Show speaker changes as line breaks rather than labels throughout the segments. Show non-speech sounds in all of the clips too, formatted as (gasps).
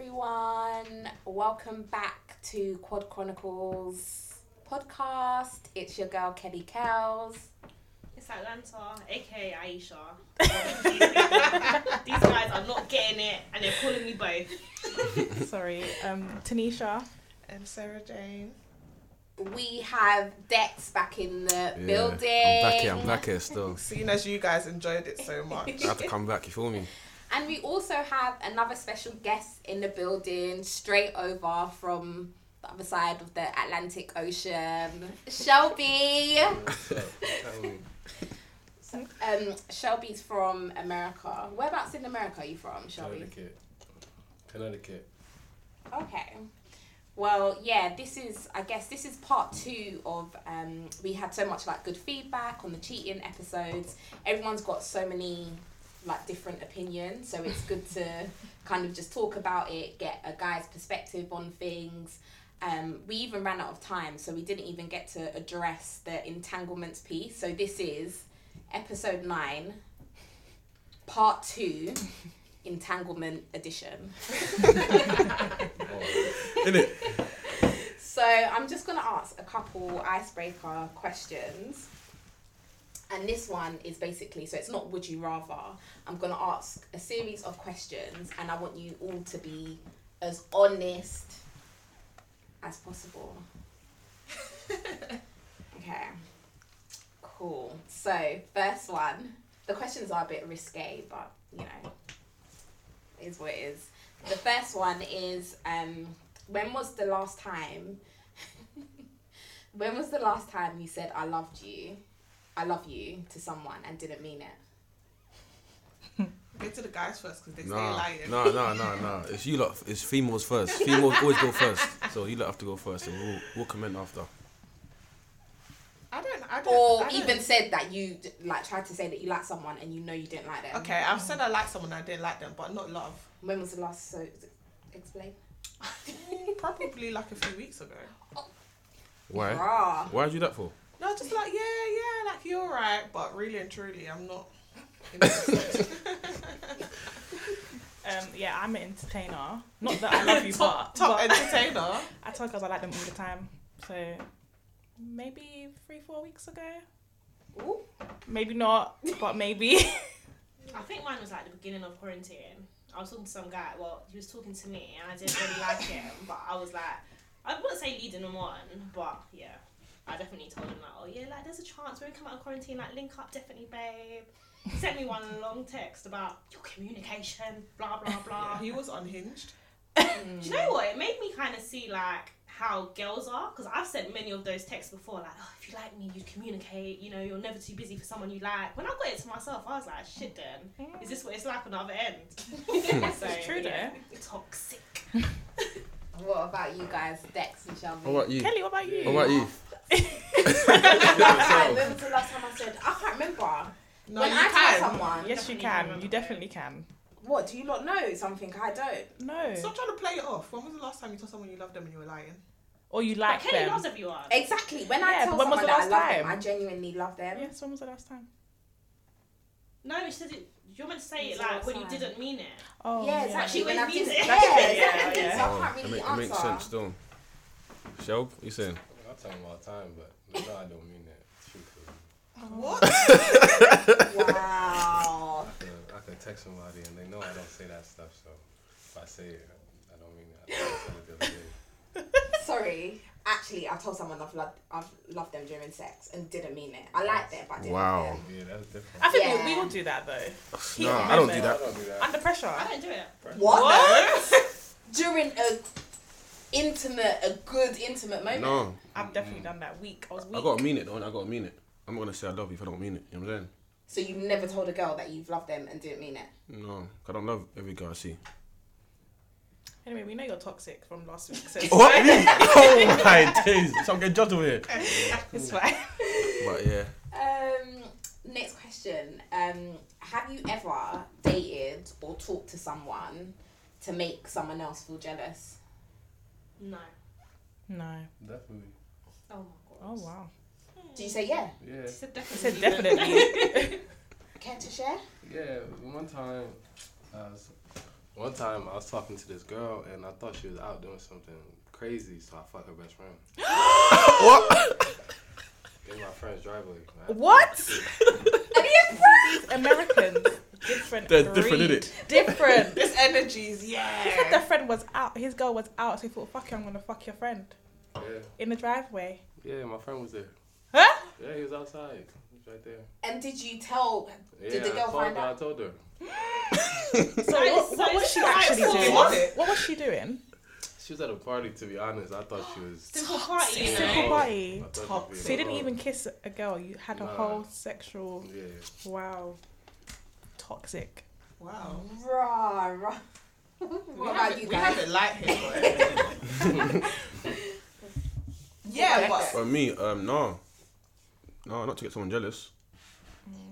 everyone. Welcome back to Quad Chronicles podcast. It's your girl Kelly Kells.
It's Atlanta, aka Aisha. These guys are not getting it, and they're calling me both.
Sorry, um, Tanisha.
I'm Sarah Jane.
We have Dex back in the building.
I'm back here. I'm back here
(laughs)
still.
Seeing as you guys enjoyed it so
I (laughs)
much.
had to come back. You feel
(laughs)
me?
And we also have another special guest in the building, straight over from the other side of the Atlantic Ocean, Shelby. Um, Shelby's from America. Whereabouts in America are you from, Shelby?
Connecticut. Connecticut.
Okay. Well, yeah, this is, I guess, this is part two of, um, we had so much like good feedback on the cheating episodes. Everyone's got so many like different opinions, so it's good to kind of just talk about it, get a guy's perspective on things. Um, we even ran out of time, so we didn't even get to address the entanglements piece. So this is episode nine, part two, entanglement edition.
In it.
So I'm just gonna ask a couple icebreaker questions. And this one is basically so it's not would you rather. I'm gonna ask a series of questions and I want you all to be as honest as possible. Okay. Cool. So first one. The questions are a bit risque, but you know it is what it is. The first one is um when was the last time (laughs) when was the last time you said i loved you i love you to someone and didn't mean it
Go to the guys first because they
Nah,
say lying.
nah, nah, nah, nah. It's you lot. It's females first. Females always go first. So you lot have to go first, and we'll, we'll comment after.
I don't. I don't.
or
I don't-
even said that you d- like tried to say that you like someone and you know you didn't like them
Okay, I've said I like someone I didn't like them, but not love.
when was the last so explain
Probably like a few weeks ago.
Why?
Rah.
Why would you do that for?
No, just like yeah, yeah, like you're right, but really and truly, I'm not. interested.
Um, yeah, I'm an entertainer. Not that I love you, but,
(laughs) Top
but
entertainer. (laughs)
I tell girls I like them all the time. So maybe three, four weeks ago.
Ooh.
Maybe not, but maybe. (laughs)
I think mine was like the beginning of quarantine. I was talking to some guy. Well, he was talking to me, and I didn't really like him, but I was like, I wouldn't say leading him on, but yeah, I definitely told him like, oh yeah, like there's a chance we're gonna come out of quarantine, like link up, definitely, babe. He sent me one long text about your communication, blah blah blah.
He was unhinged.
Do you know what? It made me kind of see like how girls are because I've sent many of those texts before. Like, oh, if you like me, you communicate. You know, you're never too busy for someone you like. When I got it to myself, I was like, shit, then is this what it's like on the other end? (laughs) so,
It's true
yeah,
though.
Toxic.
what about you guys dex and shelby
What about you?
Kelly, what about you?
What about you? (laughs)
Last time, (laughs) when was the last time i said i can't remember
No,
when
you
i
can.
tell someone
Yes, you can. You definitely can.
what do you not know something i don't
No.
Stop trying to play it off. When was the last time you told someone you loved them and you were lying?
Or you
Like
like
Kelly
them.
loves everyone.
Exactly. When I
Yeah,
tell
but when
someone
was the
that I
last
love them, I
time?
genuinely love them.
Yes, when was the last time?
No, she said it. You're meant to say it
It's
like
all
when you
fine.
didn't mean it.
Oh,
yeah,
like
exactly.
she
when I
always
did,
means
yeah,
it.
Yeah,
exactly.
yeah.
So I can't
it,
really
Oh, make, it
answer.
makes sense, still. Shelb, what you saying?
I tell them all the time, but no, I don't mean that. Truthfully,
Oh.
What?
(laughs)
(laughs)
Wow.
I could, uh, I could text somebody and they know I don't say that stuff. So if I say it, I don't mean it. I said it the other day.
Sorry. Actually, I told someone I've loved I've loved them during sex and didn't mean it. I liked them, but I didn't.
Wow.
Love them.
Yeah, that's different.
I think
Yeah.
we, we will do that though. Keep
Nah, I don't do
remembering.
that.
I don't do that.
Under pressure.
I don't do it.
What? During a intimate, a good intimate moment.
No,
(laughs) I've definitely done that. Week. I was weak.
Mm. I gotta mean it. Though, I gotta mean it. I'm not gonna say I love you if I don't mean it. You know what I'm
So you never told a girl that you've loved them and didn't mean it.
saying? No, 'cause I don't love every girl I see.
Anyway, we know you're toxic from last week, so
(laughs) What? Me? oh my days! So I'm getting judged over here.
it's fine. (laughs)
But yeah,
Um. Next question. Um. Have you ever dated or talked to someone to make someone else feel jealous?
No.
No.
Definitely.
Oh my god.
Oh wow.
Do you say yeah?
Yeah,
She said
I
definitely.
said definitely.
Care to share?
yeah. One time, I was One time I was talking to this girl and I thought she was out doing something crazy, so I fucked her best friend. what? In my friend's driveway.
(laughs)
What? These Americans, different.
They're different,
breed.
innit?
Different.
(laughs) This energies,
He said
yeah.
their friend was out. His girl was out, so he thought, "Fuck you, I'm gonna fuck your friend
Yeah,
in the driveway."
yeah, my friend was there.
Huh?
Yeah, he was outside. He was right there.
And did you tell?
Yeah,
Did the girl
I, told
find
her, I
out?
told her.
So what, what was she actually
so
doing?
was it?
What was she doing?
She was at a party, to be honest. I thought she was.
(laughs)
(laughs)
Simple party, you
Toxic.
know.
party.
I thought she was
Toxic.
being
So you didn't
wrong.
even kiss a girl. You had a
Nah.
whole sexual.
Yeah.
Wow. Toxic.
Wow.
Rah, rah.
we
what
have
about
it-
you
we have
guys?
it light
(laughs)
here. But
(laughs)
yeah, but
For me, um, no, no, not to get someone jealous.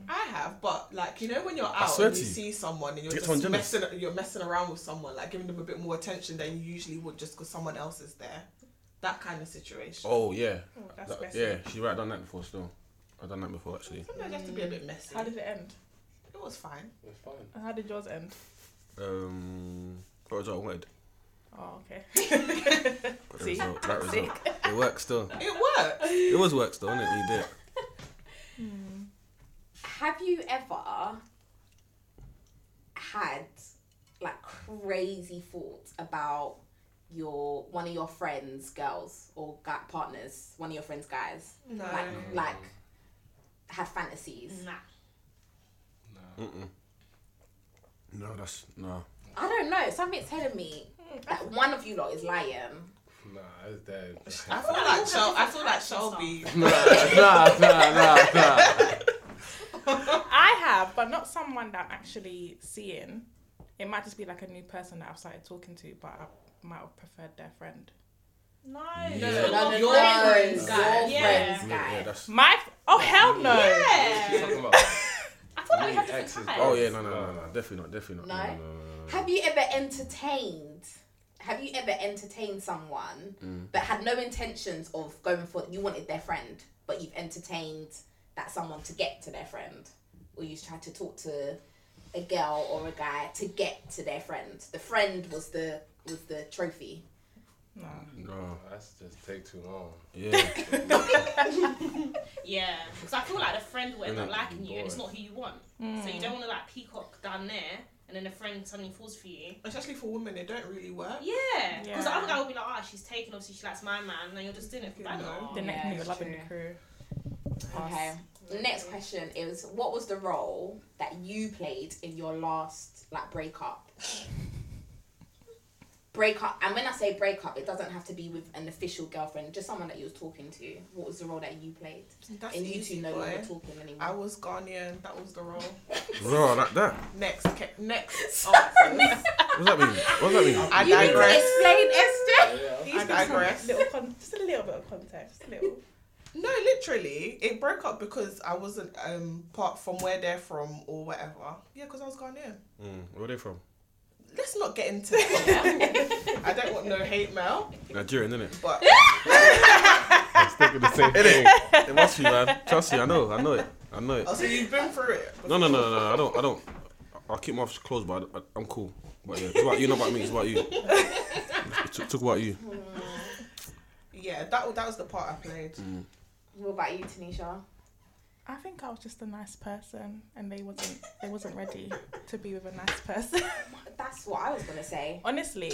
I have. But like, you know, when you're out
swear
and
to
you
you.
see someone and you're
Get
just
someone jealous.
messing, you're messing around with someone, like giving them a bit more attention than you usually would, just because someone else is there. That kind of situation.
Oh yeah,
Oh, that's
That-
messy.
yeah. She right I've done that before. Still, I've done that before actually.
Sometimes you have to be a bit messy.
How did it end?
It was fine.
It was fun.
How did yours end?
Um, got a result. Wed.
Oh, okay.
Got a
See? (laughs)
result. That result. It works still.
It worked.
It was works though, innit? You did. it.
Have you ever had like crazy thoughts about your one of your friends' girls or guy partners? One of your friends' guys,
No.
like like had fantasies.
Nah.
Mm-mm. No, that's no.
I don't know. Something's telling me that one of you lot is lying.
Nah, I was
(laughs)
dead.
I feel like Shel- I feel like Shelby.
nah, nah, nah, nah, nah.
I have, but not someone that I'm actually seeing. It might just be like a new person that I've started talking to, but I might have preferred their friend.
No.
No,
Your
None of
friends,
friends,
guys.
your
yeah.
friends,
No, yeah,
guys.
that's.
My f- oh hell no!
Yeah.
She's talking about.
I thought like we
Me,
had different
exes.
types.
Oh yeah, no, no, no, no, definitely not, definitely not.
No?
no, no, no, no.
Have you ever entertained? Have you ever entertained someone but had no intentions of going for? You wanted their friend, but you've entertained that someone to get to their friend, or you tried to talk to a girl or a guy to get to their friend. The friend was the was the trophy.
No.
No,
That's just take too long.
yeah.
Yeah, because I feel like the friend will end
And
up
that
liking
could be
you, and it's not who you want. So you don't want to like peacock down there, and then a friend suddenly falls for you.
Especially for women, it don't really work.
Yeah, because the
Yeah.
other guy will be like, "Ah, she's taken. Obviously, she likes my man." And then you're just doing it for
Yeah.
banter.
The next
Yeah,
thing you're loving
true.
the crew.
Okay. The next question is: What was the role that you played in your last like (laughs) breakup? breakup, and when I say breakup, it doesn't have to be with an official girlfriend, just someone that you was talking to. What was the role that you played?
That's
and you
easy,
two no longer
boy.
talking anymore.
I was Ghanaian. That was the role.
Raw like that.
Next, ca-
(laughs)
next. answer.
What does that mean? What does that mean?
I
you need to
digress.
explain, Esther. (laughs)
Yeah.
I digress.
Little con- just a little bit of context. A little.
No, literally, it broke up because I wasn't um part from where they're from or whatever. Yeah, because I was Ghanaian.
Mm, where are they from?
Let's not get
(laughs)
into that. I don't want no hate mail,
Nigerian, innit?
(laughs)
but
I'm sticking the same thing.
It must be, man. Trust me, I know, I know it, I know it.
oh, so you've been through it.
No, no, no, no, no. I don't, I don't. I- I keep my mouth closed, but I, am cool. But yeah, it's about you, not about me. It's about you. It's- It's talk about you.
Yeah, that wa- that was the part I played.
What about you, Tanisha?
I think I was just a nice person, and they wasn't. They wasn't ready to be with a nice person. (laughs)
That's what I was gonna say.
Honestly,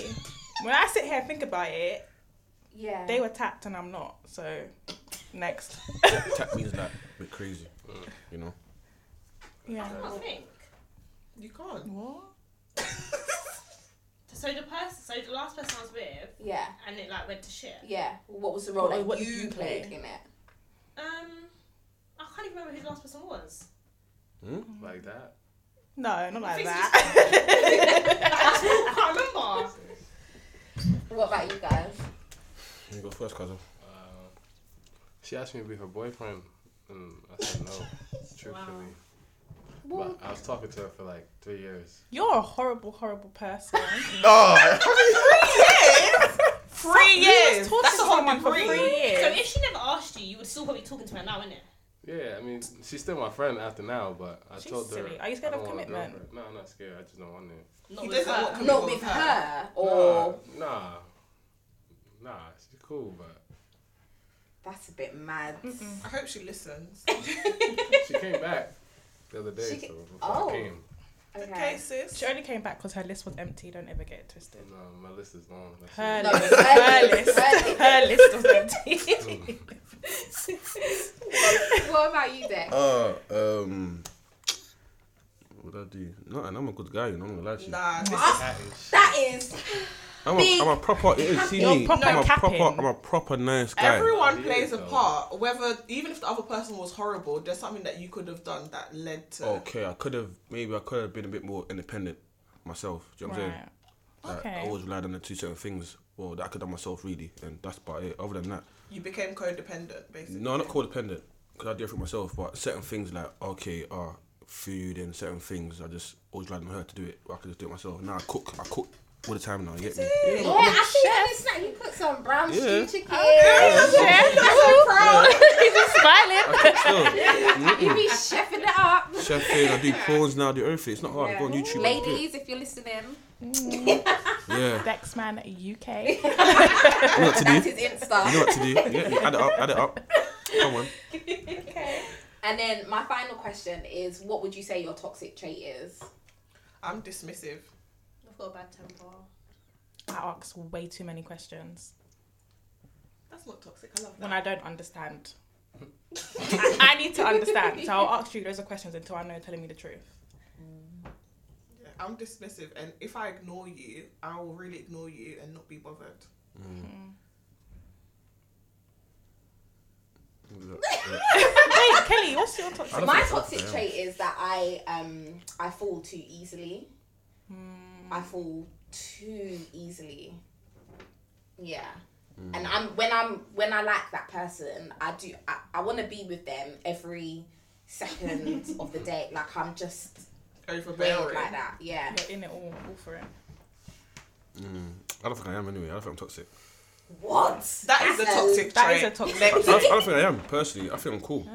when I sit here and think about it,
Yeah.
they were tapped and I'm not. So, next. (laughs)
Tap means like a bit crazy, you know.
Yeah.
I can't think.
You can't.
What?
(laughs)
So the person, so the last person I was with,
Yeah.
and it like went to shit.
Yeah. What was the role
What-
that
what did
you
you
played
play?
in it?
Um, I can't even remember who the last person was. (laughs)
Hmm?
Like that.
No, not like
Things
that. (laughs)
I can't remember.
What about you guys?
You go first, cousin.
Uh, she asked me to be her boyfriend, and I said
(laughs)
no, truthfully. But I was talking to her for like three years.
You're a horrible, horrible person.
No.
Three
You was
years.
talking
That's
to
a whole
someone for
degree.
three
So
years.
if she never asked you, you would still probably be talking to her now, innit?
Yeah, I mean, she's still my friend after now, but I
She's
told her.
silly. Are you scared
I
of
don't want a
commitment?
girlfriend. No, I'm not scared. I just don't want it.
Not
He
with
doesn't
her.
want-
Not with her
Oh.
or
Nah, nah, nah. She's cool, but
that's a bit mad.
I hope she listens.
she came back the other day.
She
so
ca-
before
Oh.
I came,
Okay,
Okay.
sis.
She only came back because her list was empty. Don't ever get it twisted.
(laughs) no, uh, my list is long. That's
Her
No,
list.
her
Her
list,
list.
her
Her list was empty.
it.
what about you, Dex?
Uh, um, what I do? No, and I'm a good guy. You know, I'm gonna lie to you.
Nah, this
Ah,
That is shit.
that is
I'm,
Big
a, I'm a proper. It is, see
You're
me.
proper
I'm a
capping.
proper. I'm a proper nice guy.
Everyone
Yeah,
plays a
though.
part. Whether even if the other person was horrible, there's something that you could have done that led to.
Okay, I could have maybe I could have been a bit more independent myself. Do you know what I'm saying?
(laughs) Right.
Like,
Okay.
I always relied on the two certain things. Well, that I could have done myself really, and that's about it. Other than that,
You became codependent, basically.
no, I'm not codependent because I do everything myself. But certain things like okay, uh, food and certain things, I just always relied on her to do it. I could just do it myself. Now I cook. I cook all the time now.
(laughs)
You get me?
Yeah, I see on this snack you put some brown
Yeah.
stew chicken. Okay.
(laughs) He's just smiling.
You be chefing it up.
Chef thing. I do prawns now. I do everything. It's not hard. I go on YouTube. and do it.
Ladies, if you're listening,
Yeah.
Dexman UK.
You know what to
that's
do.
his Insta.
You know what to do. You get me? Add it up. Add it up.
(laughs)
Come on.
And then my final question is, what would you say your toxic trait (laughs) is?
I'm dismissive.
I've got a bad temper.
I ask way too many questions
That's not toxic. I love that.
when I don't understand. I, I need to understand, so I'll ask you loads of questions until I know you're telling me the truth.
Yeah, I'm dismissive, and if I ignore you, I will really ignore you and not be bothered.
Wait, Kelly, what's your toxic?
I don't
My
think so,
toxic
yeah.
trait is that I um I fall too easily.
Hmm.
I fall too easily. Yeah.
Hmm.
And I'm when I'm when I like that person, I do I, I want to be with them every second
(laughs)
of the day. Like I'm just weird
Overbearing.
like that. Yeah.
You're in it all, all for it.
I don't think I am anyway. I don't think I'm toxic.
What?
That is a
That's
toxic
That
trait.
is a toxic
I, I
Next.
don't, I don't think I am personally. I think I'm cool.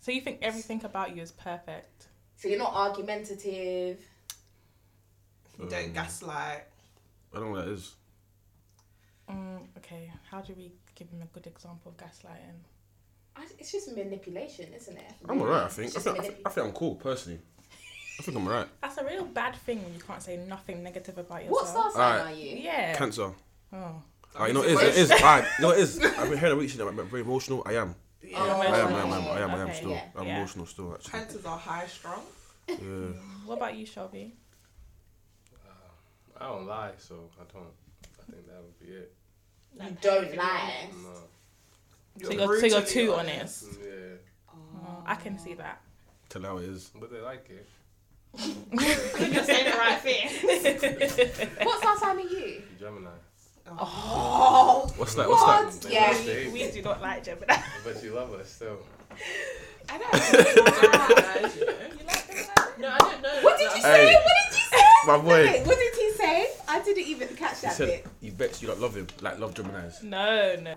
So you think everything about you is perfect?
So you're not argumentative.
Don't gaslight.
I don't know what that is.
Mm, okay, how do we give him a good example of gaslighting?
I, it's just manipulation, isn't it?
I'm alright. I think.
It's
I
just
think, I, think
manip-
I think I'm cool personally. I think I'm alright.
That's a real bad thing when you can't say nothing negative about yourself.
What star sign
Alright.
are you?
Yeah.
Cancer.
Oh.
Ah, you know what it is. It is. Alright, you know what it is. I've been hearing reaching. I'm very emotional. I am.
Yeah.
Oh.
I am. I am. I am. I am. I am
Okay,
still.
yeah,
I'm
yeah.
emotional still. Actually.
Cancers are high strung.
Yeah.
What about you, Shelby?
I don't lie, so I don't. I think that would be it.
You don't lie.
No.
So you're, so you're
brutally
too honest.
Mm, Yeah,
Oh, I can see (laughs) that.
Tell how it is.
but they like it.
You're saying the right thing.
(laughs)
What star sign are you?
Gemini.
Oh,
What's that? What's that?
what? Yeah.
They-
We do not like Gemini.
But you love us still.
(laughs)
(laughs)
I don't know.
No, I don't know.
What did you say?
Hey.
What did you say?
My boy.
Wait, what did he say? I didn't even catch
He
that
said
bit.
you vexed. You don't love him. Like love Gemini's.
No, no.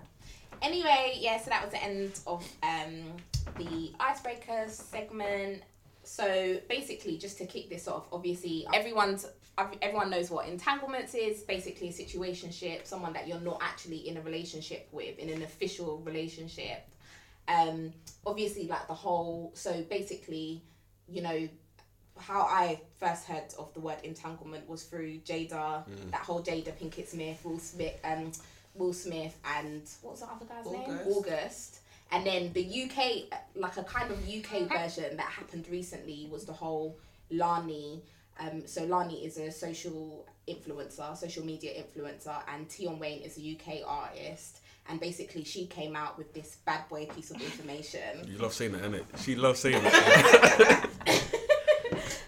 Anyway, yeah, so that was the end of um, the icebreaker segment. So basically, just to kick this off, obviously everyone's everyone knows what entanglements is. Basically, a situationship, someone that you're not actually in a relationship with, in an official relationship. Um, obviously, like the whole. So basically, you know, how I first heard of the word entanglement was through Jada, that whole Jada Pinkett Smith, Will Smith, um, Will Smith, and what was the other guy's name?
August.
August. And then the UK, uh, like a kind of UK version that happened recently was the whole Lani. Um, so Lani is a social influencer, social media influencer, and Tion Wayne is a UK artist. And basically, she came out with this bad boy piece of information.
You love saying that, innit? She loves saying that.
(laughs)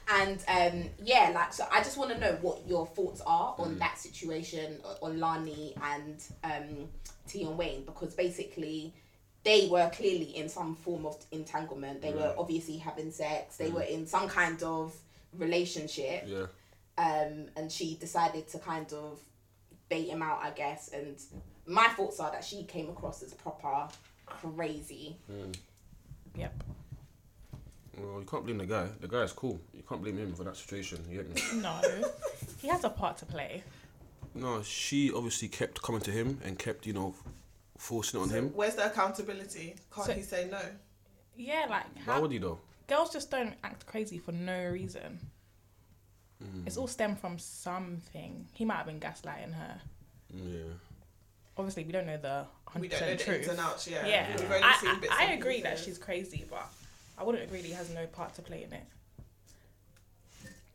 And um, yeah, like so, I just want to know what your thoughts are on
Mm.
that situation o- on Lani and um, Tion Wayne because basically they were clearly in some form of entanglement. They
Mm.
were obviously having sex. They were in some kind of relationship.
yeah.
Um, and she decided to kind of bait him out, I guess. And my thoughts are that she came across as proper crazy.
Yep.
Well, you can't blame the guy. The guy is cool. You can't blame him for that situation. You get me?
No, he has a part to play.
No, she obviously kept coming to him and kept, you know, forcing it on him.
Where's the accountability? Can't
So-
he say no?
Yeah, like
Why
how,
would he though?
girls just don't act crazy for no reason.
Hmm.
It's all stemmed from something. He might have been gaslighting her.
Yeah.
Obviously, we don't know the
We
hundred
don't know
percent
the ins
truth.
and outs. Yeah,
Yeah,
We've only
I,
seen bits
I, I
and
agree that
pieces.
she's crazy, but I wouldn't agree that he has no part to play in it.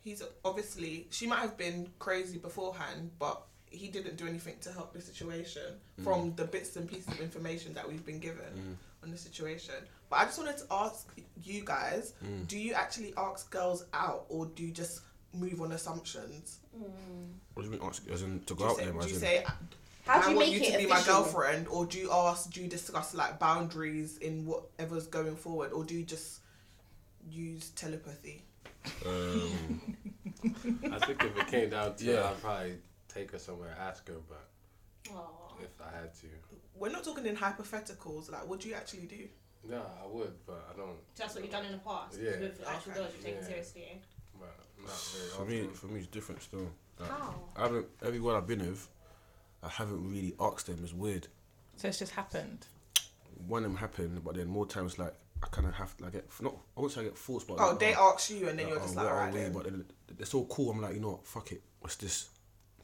He's obviously she might have been crazy beforehand, but he didn't do anything to help the situation
Mm.
from the bits and pieces of information that we've been given on the situation. But I just wanted to ask you guys:
Mm.
Do you actually ask girls out, or do you just move on assumptions?
What do you mean ask? As in to
Do
go
you
out
say,
with him?
do you
As in,
say
How do
I
you
want
make
you
it
to be
official?
my girlfriend, or do you ask? Do you discuss like boundaries in whatever's going forward, or do you just use telepathy? (laughs)
um,
I think if it came down to it,
Yeah.
I'd probably take her somewhere, ask her, but
Aw.
if I had to,
We're not talking in hypotheticals. Like, what do you actually do?
no, I would, but I don't.
That's what you've done in the past.
Yeah.
With actual
Okay.
girls, you take it
Yeah.
seriously.
But not very
for
often.
me, for me, it's different still. Like,
How?
I haven't. Everyone I've been with, I haven't really asked them. It's weird.
So it's just happened.
One of them happened, but then more times like I kind of have like get not. I won't say I get forced, but
Oh,
like,
they ask you, and then
like,
you're
oh,
just
what
like,
are
alright
we?"
then.
But then they're so cool. I'm like, you know what? Fuck it. What's this?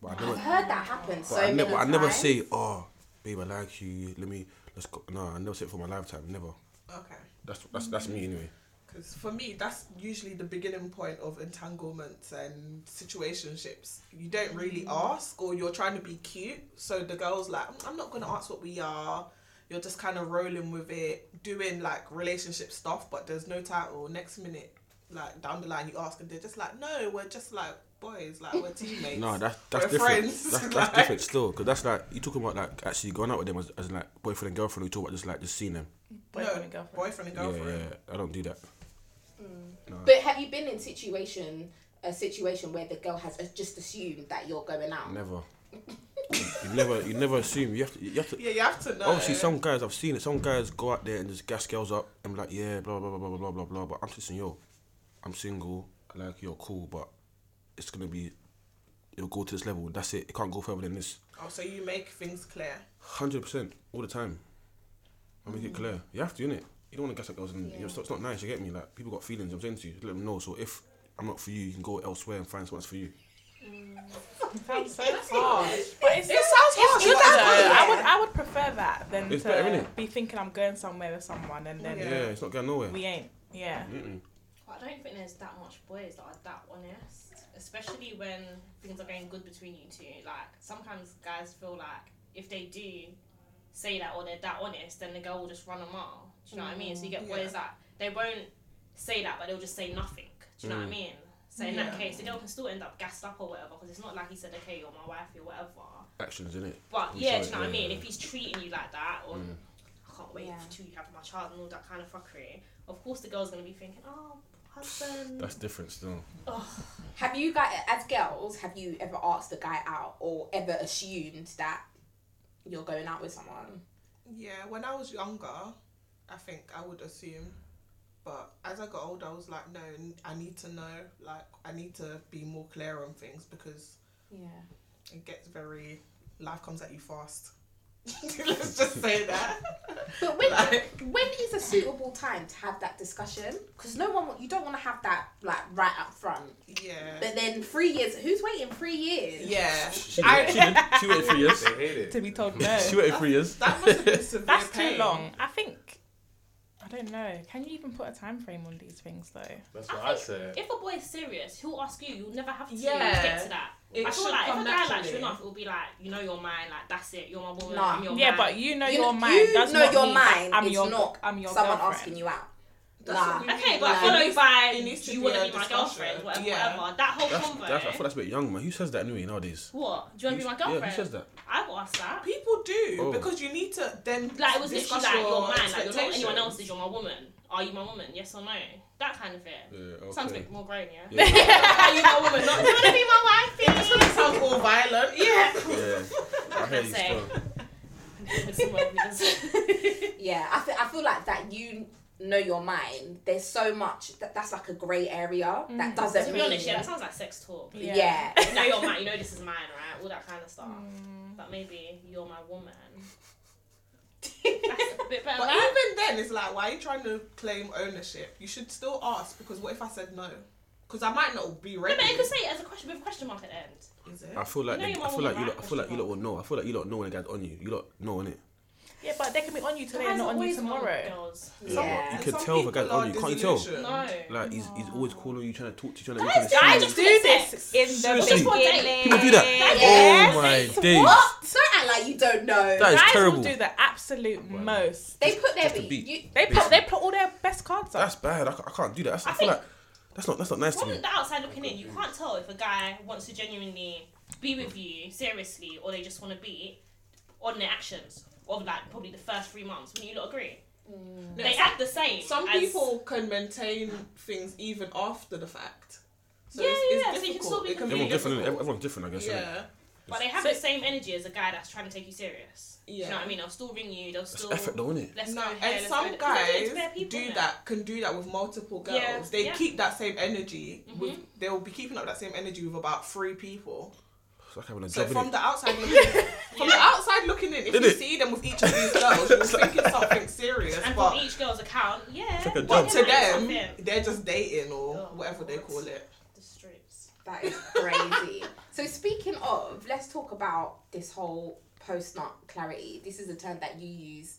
But I
I've
never,
heard that happen so
but I,
many
never I
times.
never say, oh, babe, I like you. Let me. Let's go. No, I never say it for my lifetime. Never.
Okay.
That's that's that's me anyway.
Because for me, that's usually the beginning point of entanglements and situationships. You don't really
Mm.
ask, or you're trying to be cute. So the girl's like, "Mm, I'm not going to ask what we are. You're just kind of rolling with it, doing like relationship stuff, but there's no title. Next minute, like down the line, you ask, and they're just like, no, we're just like boys,
(laughs)
like we're teammates.
No, that's that's
We're
different.
friends,
That's, that's
like-
different still, because that's like you talking about like actually going out with them as, as in, like boyfriend and girlfriend. We talk about just like just seeing them.
Boyfriend
no,
and girlfriend.
Boyfriend and girlfriend.
Yeah, yeah. I don't do that. No.
But have you been in situation a situation where the girl has just assumed that you're going out?
Never. (laughs) you never. You never assume. You have to. You have to.
Yeah, you have to know.
Obviously, some guys I've seen it. Some guys go out there and just gas girls up and be like, yeah, blah blah blah blah blah blah blah. But I'm just saying, yo, I'm single. I like you're cool, but it's gonna be. It'll go to this level. That's it. It can't go further than this.
Oh, so you make things clear.
Hundred percent all the time. I make it clear. You have to, innit? You don't want to gas up girls, and you know, it's not- it's not nice. You get me? Like people got feelings. I'm saying to you, let them know. So if I'm not for you, you can go elsewhere and find someone else for you.
Sounds so
harsh.
But it's,
It sounds harsh.
good
but it's
though.
good.
I would I would prefer that than
It's
to
better, innit?
be thinking I'm going somewhere with someone and then
Yeah,
Yeah.
it's not going nowhere.
we ain't. Yeah.
Mm-mm.
Well, I don't think there's that much boys that are that honest, especially when things are going good between you two. Like sometimes guys feel like if they do say that or they're that honest, then the girl will just run a mile. Do you know what I mean? So you get
Yeah.
boys that they won't say that, but they'll just say nothing. Do you know what I
Mm.
mean? So in
Yeah.
that case, the girl can still end up gassed up or whatever because it's not like he said, okay, you're my wife or whatever.
Actions, innit?
But
I'm
yeah,
sorry,
do you know what I
yeah,
mean?
yeah.
If he's treating you like that, or
Mm.
I can't wait
Yeah.
for till you have my child and all that kind of fuckery, of course the girl's gonna be thinking, oh, husband.
That's different still.
Have you guys, as girls, have you ever asked a guy out or ever assumed that you're going out with someone?
Yeah, when I was younger, I think I would assume. But as I got older, I was like, no, n- I need to know. Like, I need to be more clear on things because
Yeah.
it gets very. Life comes at you fast. (laughs) Let's just say that.
But when
Like-
when is a suitable time to have that discussion? Because no one, wa- you don't want to have that like right up front.
Yeah.
But then three years, who's waiting three years?
Yeah.
She
I-
did. She, did. she waited three
(laughs)
years.
They hate it.
To be told
(laughs)
no.
She waited three years.
That must
(laughs)
have been severe
That's
pain.
too long. I think I don't know. Can you even put a time frame on these things though?
That's
I
what I,
think
said.
If a boy is serious, he'll ask you. You'll never have to
Yeah.
get to that.
It
I feel
should
like if a
come
guy likes you
naturally.
enough, it'll be like, you know, you're mine. Like that's it. You're my woman.
Nah.
I'm your
yeah,
man.
but you know
You-
your mind.
you
does
know
not
your
mean
mind
I'm
is
your,
not
I'm your
someone
girlfriend.
asking you out.
That's
Nah.
what we
Okay,
mean,
but
Nah.
followed by
It needs to
you
be
want
a
to be my
discussion.
girlfriend, whatever,
Yeah.
whatever. That whole
That's,
combo.
that's, I thought that's a bit young, man. Who says that anyway nowadays?
what? Do you want to be my girlfriend?
Yeah, who says that?
I will ask that.
People do
Oh.
because you need to then
Like it was literally
discuss
like
your
you're mine. Like you're not anyone
expectations.
else's. You're my woman. Are you my woman? Yes or no? That kind of thing.
Yeah, okay.
Sounds a bit more grown, yeah. (laughs)
yeah,
Are you my woman? Not do you want to be my wife?
It just sounds more
(laughs)
violent. Yeah.
yeah. I hear you
Say.
still.
It's more of me, doesn't it?
(laughs)
Yeah, I feel I feel like that you know your mind, there's so much that that's like a grey area that doesn't
To be
mean.
honest, yeah, that sounds like sex talk.
Yeah.
yeah.
(laughs)
You know you're mine, you know this is mine, right? All that kind of stuff.
Mm.
But maybe you're my
(laughs)
woman. That's a bit better.
But
right?
even then, it's like, why are you trying to claim ownership? You should still ask because what if I said no? Because I might not be
No,
ready.
but it could say it as a question with a question mark at the end.
Is it?
I feel
You
like
know
they-
your
I
mum
feel
will
like
be
you
right
lot, I feel like you
when she
lot will know. I feel like you lot know when a guy's on you. You lot know on it.
Yeah, but they can be on you today and
Guys
not on you
always
tomorrow.
want Girls.
Yeah.
You can tell if a guy's
people
on you,
are
can't you tell?
disillusioned.
No.
Like he's, he's always calling you, trying to talk to you, trying to.
Guys,
trying to
guys
show
do
you.
just-
this in the
Seriously.
beginning.
People do that.
Yes.
Oh my days!
What? Don't act like you don't know.
That is
guys
terrible.
will do the absolute
Wow.
most.
they put their
just a
be-
beat.
You,
They put they put all their best cards up.
That's bad. I, ca- I can't do that. That's, I,
I
feel
think-
like that's not that's not nice to
From
me.
the outside looking in, you can't tell if a guy wants to genuinely be with you seriously or they just want to be on their actions of like probably the first three months. Wouldn't you lot agree?
No,
they
some-
act the same.
Some
as-
people can maintain things even after the fact. So
Yeah,
it's,
yeah,
it's
so you can
difficult.
still be
it can be
Everyone's different.
difficult.
innit? Everyone's different, I guess. innit?
Yeah.
But they have
So-
the same energy as a guy that's trying to take you serious. Do You
Yeah.
know what I mean? They'll still ring you. They'll
It's
still.
effort, though, isn't it?
Let's
No,
go here,
and
let's
some
go there. 'Cause they're doing it
guys
to their people,
do
innit?
that, can do that with multiple girls.
Yeah,
they
yeah.
keep that same energy. With,
Mhm.
they'll be keeping up that same energy with about three people.
It's like having a
So
job.
from
innit?
the outside looking in, from the
Yeah.
outside looking in, if you
Innit?
see them with each of these girls, you're thinking something serious.
And from
But,
each girl's account, yeah.
like a
yeah,
job.
but
It's
to
like
them,
something.
they're just dating or
Oh,
whatever they
God.
call it.
The strips.
That is crazy. (laughs) so speaking of, let's talk about this whole post nut clarity. This is a term that you use,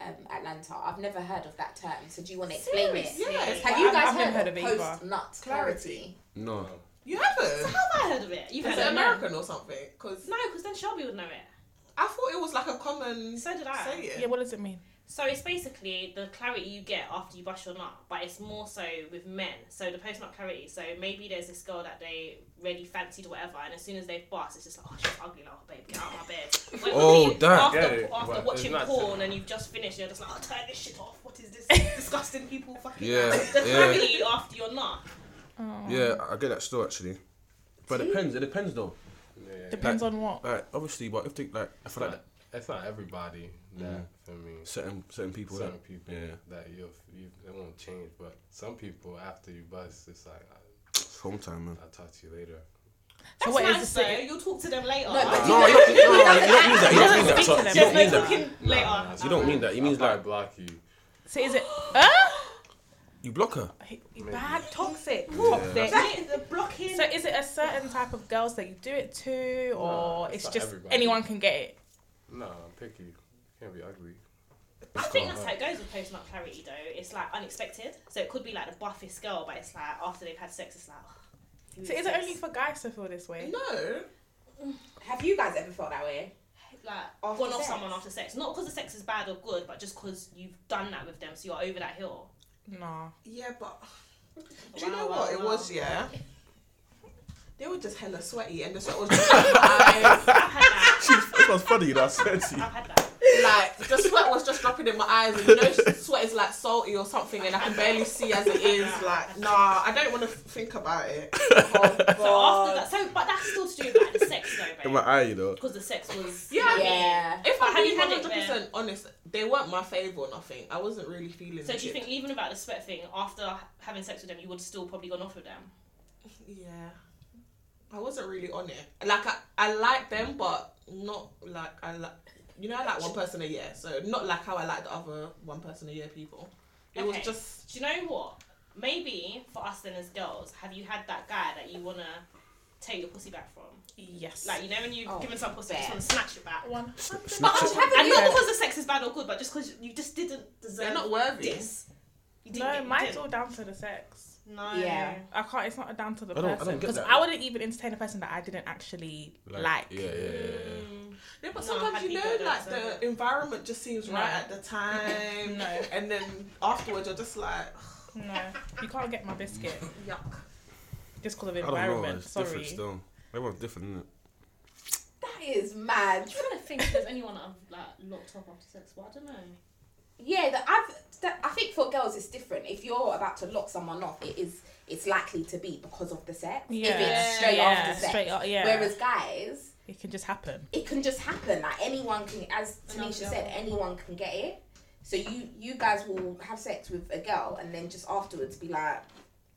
um, Atlanta. I've never heard of that term. So do you want to explain
Seriously?
it?
Yes.
Have you
I've-
guys
I've never
heard,
heard of
of
it either.
post nut clarity?
Clarity.
No,
Oh.
You
So
haven't?
how have I heard of it? You've
Is
heard
it
of
American or something? Because
No, because then Shelby would know it.
I thought it was like a common
So did I.
saying.
Yeah, what does it mean?
So it's basically the clarity you get after you bust your nut, but it's more so with men. So the post nut clarity. So maybe there's this girl that they really fancied or whatever, and as soon as they bust, it's just like, oh, she's ugly now, babe, get out of my bed. When-
(laughs) Oh,
when you-
that-
After,
Yeah,
after
well, it's
watching
not-
porn and you've just finished, you're just like, oh, turn this shit off. What is this?
(laughs)
Disgusting people fucking.
Yeah,
The
yeah.
clarity after your nut.
Oh,
yeah, I I get that still actually, but it depends. It depends though.
Yeah.
Depends on what.
Like obviously, but if they like, I feel like
Right. It's not everybody that for me.
certain certain people.
Certain
like,
people
Yeah.
that you'll, you they won't change, but some people after you bust, it's like I,
It's home time, man.
I'll talk to you later.
So
That's
what is
nice
the
though.
secret?
You'll talk to them later.
No, but
No, you don't, no, you don't mean that. You don't mean that.
Speak to
So-
them.
You
There's
don't mean
no
that.
talking later.
You don't mean that. He
I'll
means
probably
like
block you.
So is it? (gasps) uh? Huh?
you block her.
He- he
Maybe.
Bad, toxic,
Yeah.
toxic.
That is the blocking.
So is it a certain type of girls that you do it to, or
No,
it's
it's not
just
everybody.
anyone can get it?
No, I'm picky. You can't be ugly.
I think that's
(laughs)
how it goes with post nut clarity though. It's like unexpected. So it could be like the buffest girl, but it's like after they've had sex, it's like. oh, who
So is it
this?
only for guys to feel this way?
No.
Have you guys ever felt that way?
like
After
gone off
sex?
someone after sex? Not because the sex is bad or good, but just because you've done that with them, so you're over that hill.
Nah.
Yeah, but do you
Wow,
know
wow,
what it
wow.
was? Yeah.
(laughs)
They were just hella sweaty, and the sweat was
(laughs)
just
I've had that.
That was funny, you know. I said to you.
I've had that.
like the sweat was just dropping in my eyes, and you know, sweat is like salty or something, and I can barely see as it is. Like, nah, I don't want to think
(laughs)
about it.
Oh,
So
(laughs)
after that, so but that's still to do with like the sex though,
In my
babe.
eye, you know.
Because the sex was.
Yeah, I mean,
Yeah.
If
But
I'm
have
being
you had
one
it
hundred percent honest, they weren't my fave or nothing. I wasn't really feeling.
So
the
do you
shit.
think even about the sweat thing after having sex with them, you would still probably gone off with them?
Yeah. I wasn't really on it. Like I, I like them, but not like I like. You know, I like one person a year, so not like how I like the other one person a year people. It was
Okay.
just
Do you know what? Maybe for us then as girls, have you had that guy that you wanna take your pussy back from?
Yes.
Like you know when you've
Oh,
given some pussy, you
fair.
just wanna snatch it back.
one.
But
Snatch
I'm
it.
having
And
you.
not because the sex is bad or good, but just because you just didn't deserve.
they're not worthy.
this. You didn't
No,
get- you
mine's
didn't.
all down to the sex.
No.
Yeah.
I can't. It's not down to the
I don't- I don't
person
get
because
that.
I, wouldn't even entertain a person that I didn't actually like.
Yeah, yeah, yeah. yeah.
Mm.
Yeah, but
No, I
sometimes
had
you
people
know,
that
like
don't deserve
the environment just seems
No.
right at the time,
No.
and then afterwards you're just like,
No, you can't get my
(laughs)
biscuit
yuck.
just because of
I don't know.
environment.
It's different
Sorry.
still. Everyone's different, isn't it?
That is mad.
I'm trying to think if there's anyone that I've like locked up after sex, but I don't know.
Yeah, that I've. That, I think for girls it's different. If you're about to lock someone off, it is. It's likely to be because of the sex. If it's straight
yeah,
after sex.
straight up, yeah.
Whereas guys,
it can just happen.
it can just happen. Like anyone can, as
Another
Tanisha
girl.
said, anyone can get it. So you you guys will have sex with a girl and then just afterwards be like,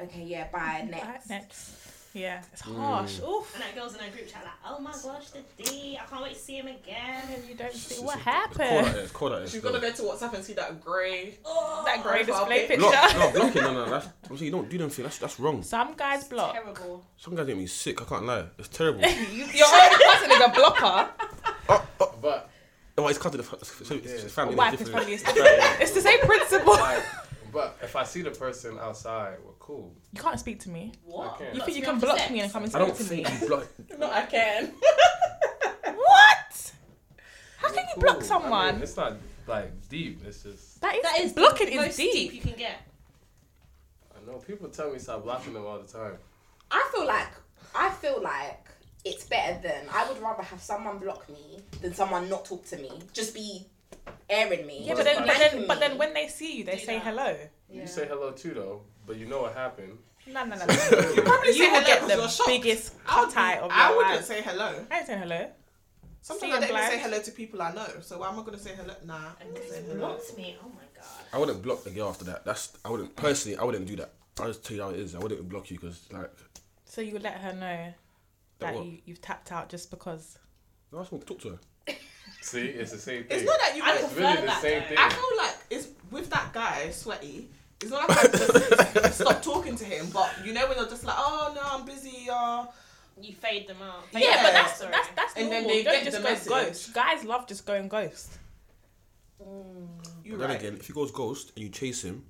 okay, yeah, bye, next.
Right, next. Yeah, it's harsh.
Mm.
Oof.
And that girl's in our group chat like, oh my gosh, the D, I can't wait to see him again.
And you don't
It's-
see
it's-
what
it's- It's cold out
happened.
here. It's cold out here.
She's
still.
gonna go to WhatsApp and see that grey,
Oh,
that grey
Grey display
(laughs)
picture.
Block, no, block it. No, no, that's. I'm saying you don't do them thing. That's that's wrong.
Some guys block.
terrible.
Some guys get me sick. I can't lie.
(laughs)
It's terrible.
Your own person is a blocker.
oh, oh,
But
oh, it's cut to the fa- so it's, it's family.
Wife
it's
is
different.
probably a
It's
(laughs)
family.
It's the same
(laughs)
principle.
like, but if I see the person outside, well, cool.
You can't speak to me.
What?
Okay. You
You
Blocks
think you
me
can
after
block
sex?
me and come and
I
speak
don't
to me?
think you block.
No, I (laughs) can.
What? How
Well,
can you
cool. I
block
mean,
someone?
it's not like deep. It's just
that is,
That is
blocking
the
is
most deep.
deep.
you can get.
I know people tell me stop blocking them all the time.
I feel like I feel like it's better than I would rather have someone block me than someone not talk to me, just be airing me.
Yeah,
just
but
Well,
then,
it's
but
like-
blanking
then, but then
me.
when they see you, they
Do
say
that.
hello.
Yeah.
You say hello too though, but you know what happened.
No, no, no.
(laughs)
no.
You probably say
you will
hello
get
'cause you're
the
shocked.
biggest
I
cut
would-
eye of your
I wouldn't
life.
say hello.
I ain't saying hello.
Sometimes
See,
I don't even
I'm
say
blind.
hello to people I know. So why am I gonna say hello? Nah, I'm
And
not saying
they
hello.
blocked me. Oh my god.
I wouldn't block the girl after that. That's I wouldn't personally. I wouldn't do that. I will just tell you how it is. I wouldn't block you because like
So you let her know
that
that
what?
you, you've tapped out just because.
No, I just want to talk to her.
See, it's the same thing.
It's not that you.
I
were-
prefer
really the
that
same
though.
thing.
I feel like it's with that guy, sweaty. It's not like I
(laughs)
just stop talking to him, but you know when you're just like, oh no, I'm busy. Uh,
You fade them out.
Yeah,
Fade them
but
out,
that's-
sorry.
that's
And then they get the message.
ghost. Guys love just going ghost.
you
then
right?
again, if he goes ghost and you chase him,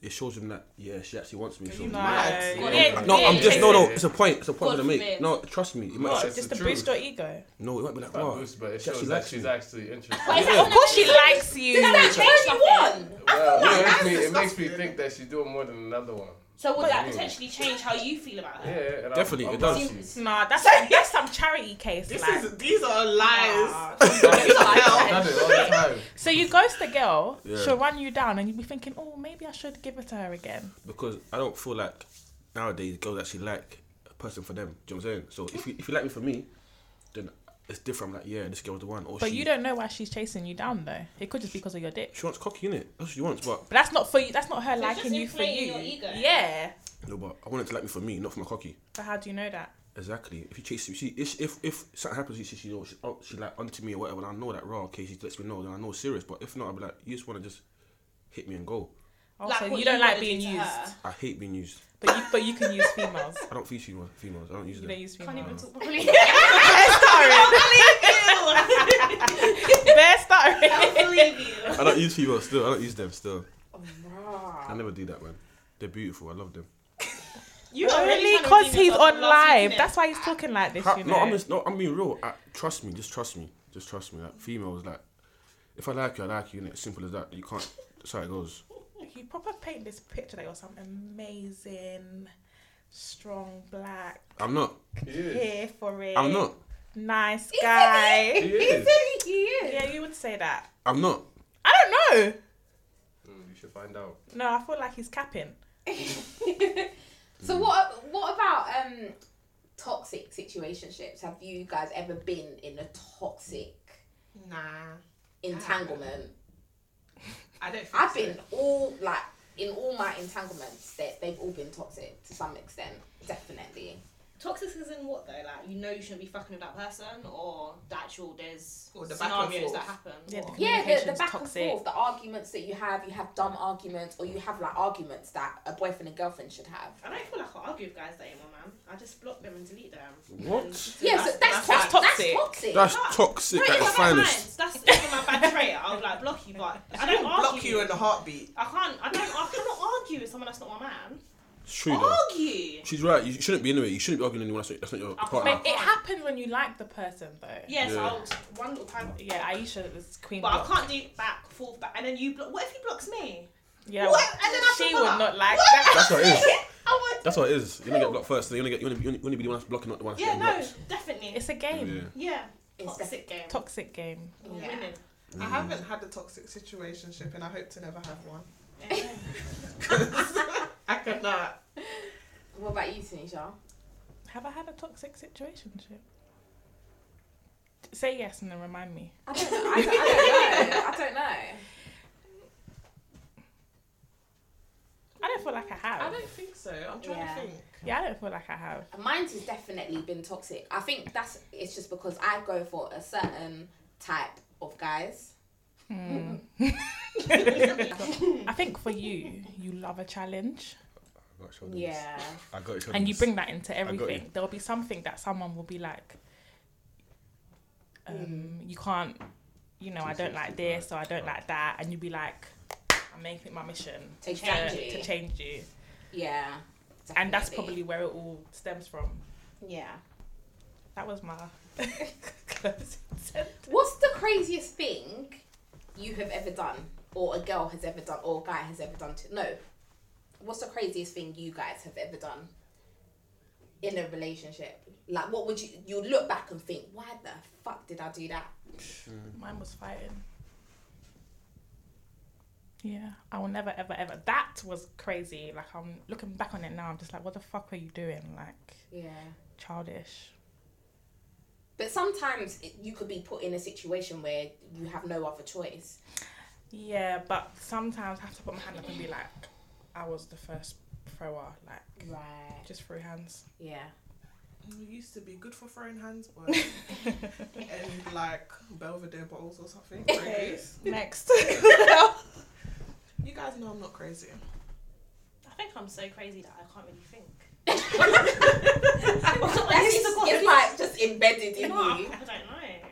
it shows him that yeah, she actually wants me. So
you
no,
not? mad.
No,
Yeah,
no, I'm
yeah,
just
yeah.
no, no. It's a point. It's a point
God
to make.
forbid.
No, trust me. It might,
No, it's
just
the
to boost your
truth.
ego.
no, it might be like
Not
wow.
boost, but it
she
shows that
likes
she's
you.
actually interested.
Wait,
Yeah.
Of course, she likes you.
Does that change nothing?
Well,
like
it
that's
makes me, it makes me
disgusting.
think that she's doing more than another one.
So would that
Yeah.
potentially change how you feel about
Yeah,
her?
and I'm-
Definitely,
I'm
it does.
with you.
Nah, that's that's some charity case.
This
like.
is these are lies.
I've done it all the time.
So you ghost the girl,
Yeah.
she'll run you down, and you'll be thinking, oh, maybe I should give it to her again.
because I don't feel like nowadays girls actually like a person for them. Do you know what I'm saying? So if you if you like me for me, then it's different. I'm like yeah, this girl's the one. Or
But
she,
you don't know why she's chasing you down, though. It could just be because of your dick.
She wants cocky, innit? That's what she wants. But
But that's not for you. That's not her
So it's
liking
just
you for you.
inflating your ego.
Yeah.
no, but I want it to like me for me, not for my cocky.
But how do you know that?
Exactly. If you chase, if she, if if, if something happens, she she she, know, she, oh, she like onto me or whatever. And I know that raw. Okay, she lets me know. Then I know it's serious. But if not, I'll be like, you just want to just hit me and go.
Also,
what
you don't
wanna
like
do
being
to
used,
her.
I hate being used.
but you but you can use
(laughs)
females.
I don't feed females. Females. I don't use
You
them.
don't use
Can't even
females.
talk (laughs) properly. I (laughs)
Bear (laughs) starring.
don't believe you.
I don't use females. Still, I don't use them. Still, I
Rah.
never do that, man. They're beautiful. I love them.
You are
Only
trying to
because
redeem
he's
yourself
on
from last
live.
week, innit?
That's why he's talking like this.
How-
you know?
no, I'm just no. I'm being real. I, trust me. Just trust me. Just trust me. Like females, like if I like you, I like you. And it's simple as that. You can't. That's how it goes.
You proper paint this picture that you're some amazing, strong black
I'm not.
He is.
here for it.
I'm not.
Nice
He
guy.
is.
yeah, you would say that.
I'm not.
I don't know.
Mm, you should find out.
No, I feel like he's capping.
(laughs) so what what about um toxic situationships? Have you guys ever been in a toxic
Nah,
entanglement?
I don't. Think
I've
so.
been all like in all my entanglements that they've all been toxic to some extent, definitely.
Toxic is in what though? Like you know you shouldn't be fucking with that person, or the actual there's
Or the back and
scenarios that
forth.
happen.
Yeah,
What?
the-
Yeah, the, the
Communication's
back
toxic.
and forth, the arguments that you have, you have dumb arguments, or you have like arguments that a boyfriend and girlfriend should have.
I don't feel like I argue with guys that anymore, man. I just block them and delete them.
What?
And just do
Yeah,
that.
so that's,
that's
toxic.
toxic.
That's toxic.
That's
No,
toxic
no,
at
it's
the
not
finest.
That's even my bad trait. I would like block you, (laughs) but I don't argue.
block you in a heartbeat.
I can't. I don't. I cannot argue with someone that's not my man.
It's true
Oh,
though.
Argue.
She's right. You shouldn't be anyway. You shouldn't be arguing anyone. That's not, that's not your
I
partner.
But
can't-
it happens when you like the person, though.
Yes,
Yeah.
I'll one little time.
Yeah, Aisha was queen.
But I can't
block.
do back, forth, back, and then you block. What if he blocks me?
Yeah,
What? And then I
she
feel
would
bad.
not like that.
That's what it is.
I would.
That's what it is. You're gonna get blocked first. Then you're gonna get. You're gonna, be- you're gonna be the one that's blocking, not the one that's
Yeah,
getting
no,
blocked.
definitely.
It's a game.
Yeah.
yeah,
It's
toxic game.
Toxic game.
We're
Yeah.
winning.
I
Mm.
haven't had a toxic situationship, and I hope to never have (laughs) one.
Yeah.
I cannot.
What about you, Tanisha?
Have I had a toxic situation? Say yes and then remind me.
I don't know. I don't, I don't know. I don't know.
think so. I'm trying
Yeah.
to think.
Yeah, I don't feel like I have.
Mine's has definitely been toxic. I think that's it's just because I go for a certain type of guys.
I think for you, you love a challenge
I got shoulders.
Yeah.
I got shoulders.
and you bring that into
got
everything.
you.
There'll be something that someone will be like, um,
Mm.
you can't, you know, I don't like this or I don't like that. And you'll be like, I'm making it my mission
To
to,
change you.
to change you.
Yeah.
And that's
definitely.
probably where it all stems from.
Yeah.
That was my (laughs) closing sentence.
What's the craziest thing you have ever done, or a girl has ever done, or a guy has ever done to? No. What's the craziest thing you guys have ever done in a relationship? Like, what would you you look back and think, why the fuck did I do that?
Mine was fighting. Yeah, I will never, ever, ever. That was crazy. Like I'm looking back on it now. I'm just like, what the fuck were you doing? Like
Yeah.
childish.
But sometimes it, you could be put in a situation where you have no other choice.
Yeah, but sometimes I have to put my hand up and be like, I was the first thrower. Like
Right.
just through hands.
(laughs) Yeah.
We Mm, used to be good for throwing hands,
(laughs)
but and like Belvedere bottles
(laughs)
or something. Crazies.
Next.
you guys know I'm not crazy.
I think I'm so crazy that I can't really think. (laughs)
That's just, it's like just embedded in
No, I
you.
don't know.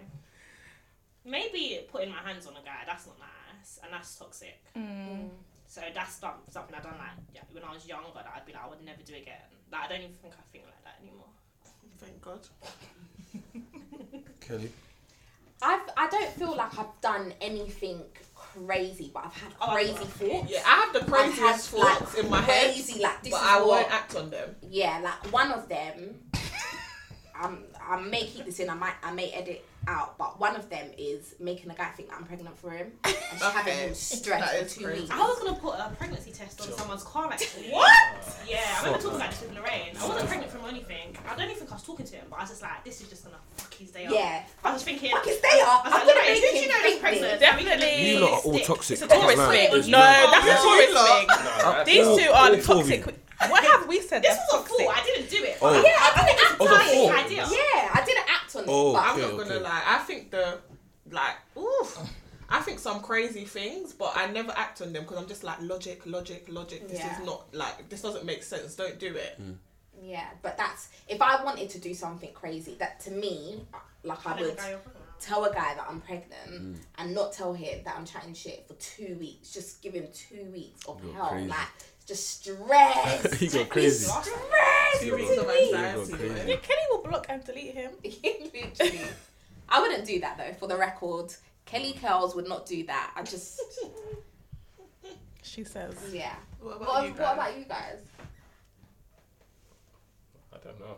Maybe putting my hands on a guy, that's not nice. And that's toxic.
(laughs) Mm.
So that's some- something I done like yeah, when I was younger that I'd be like, I would never do again. Like, I don't even think I think like that anymore.
Thank God.
Kelly.
I've I don't feel like I've done anything crazy, but I've had
Oh,
crazy
I've got-
thoughts.
Yeah, I have the
I've had
craziest thoughts
like
in my head,
crazy, like this
but
is
I
what,
won't act on them.
Yeah, like one of them. I'm I may keep this in. I might I may edit out, but one of them is making a guy think that I'm pregnant for him and just having
Okay,
him stressed
that
for
is
two
crazy.
weeks.
I was gonna put a pregnancy test on someone's car (laughs) actually.
What?
Yeah, I remember talking about this with Lorraine. I wasn't pregnant from anything. I don't even think I was talking to him, but I was just like, this is just gonna fuck his day up.
Yeah.
I was thinking.
Fucking stay up.
I
I'm
was like,
gonna
Lorraine,
make
did you
him
know
think
this
this.
pregnant?
Definitely.
You lot are all toxic.
It's a
I can't
tourist
lie.
thing.
It's
No,
not-
that's a
Yeah, you
tourist
lot.
thing.
Nah,
These
all-
two are
all
the
four of you.
toxic. What have we said?
This
that's
was a fool.
toxic?
I didn't do it.
Oh.
Yeah, I didn't act
Oh,
on
the
it.
thought.
idea.
Yeah, I didn't act on it.
Oh,
but
I'm
Okay,
not gonna
okay.
lie. I think the like, ooh, I think some crazy things, but I never act on them because I'm just like logic, logic, logic. This
Yeah.
is not like this doesn't make sense. Don't do it.
Mm.
Yeah, but that's if I wanted to do something crazy, that to me, like I would tell a guy that I'm pregnant and not tell him that I'm chatting shit for two weeks. Just give him two weeks of
You're
hell,
crazy.
like just stress.
(laughs) He
stress.
got crazy.
Two weeks
two
of
weeks.
anxiety.
You're crazy.
Yeah, Kelly will block and delete him.
(laughs) Literally. I wouldn't do that though. For the record, Kelly Curls would not do that. I just
She says.
yeah.
What about
What,
you?
what
guys?
about you guys?
I don't know.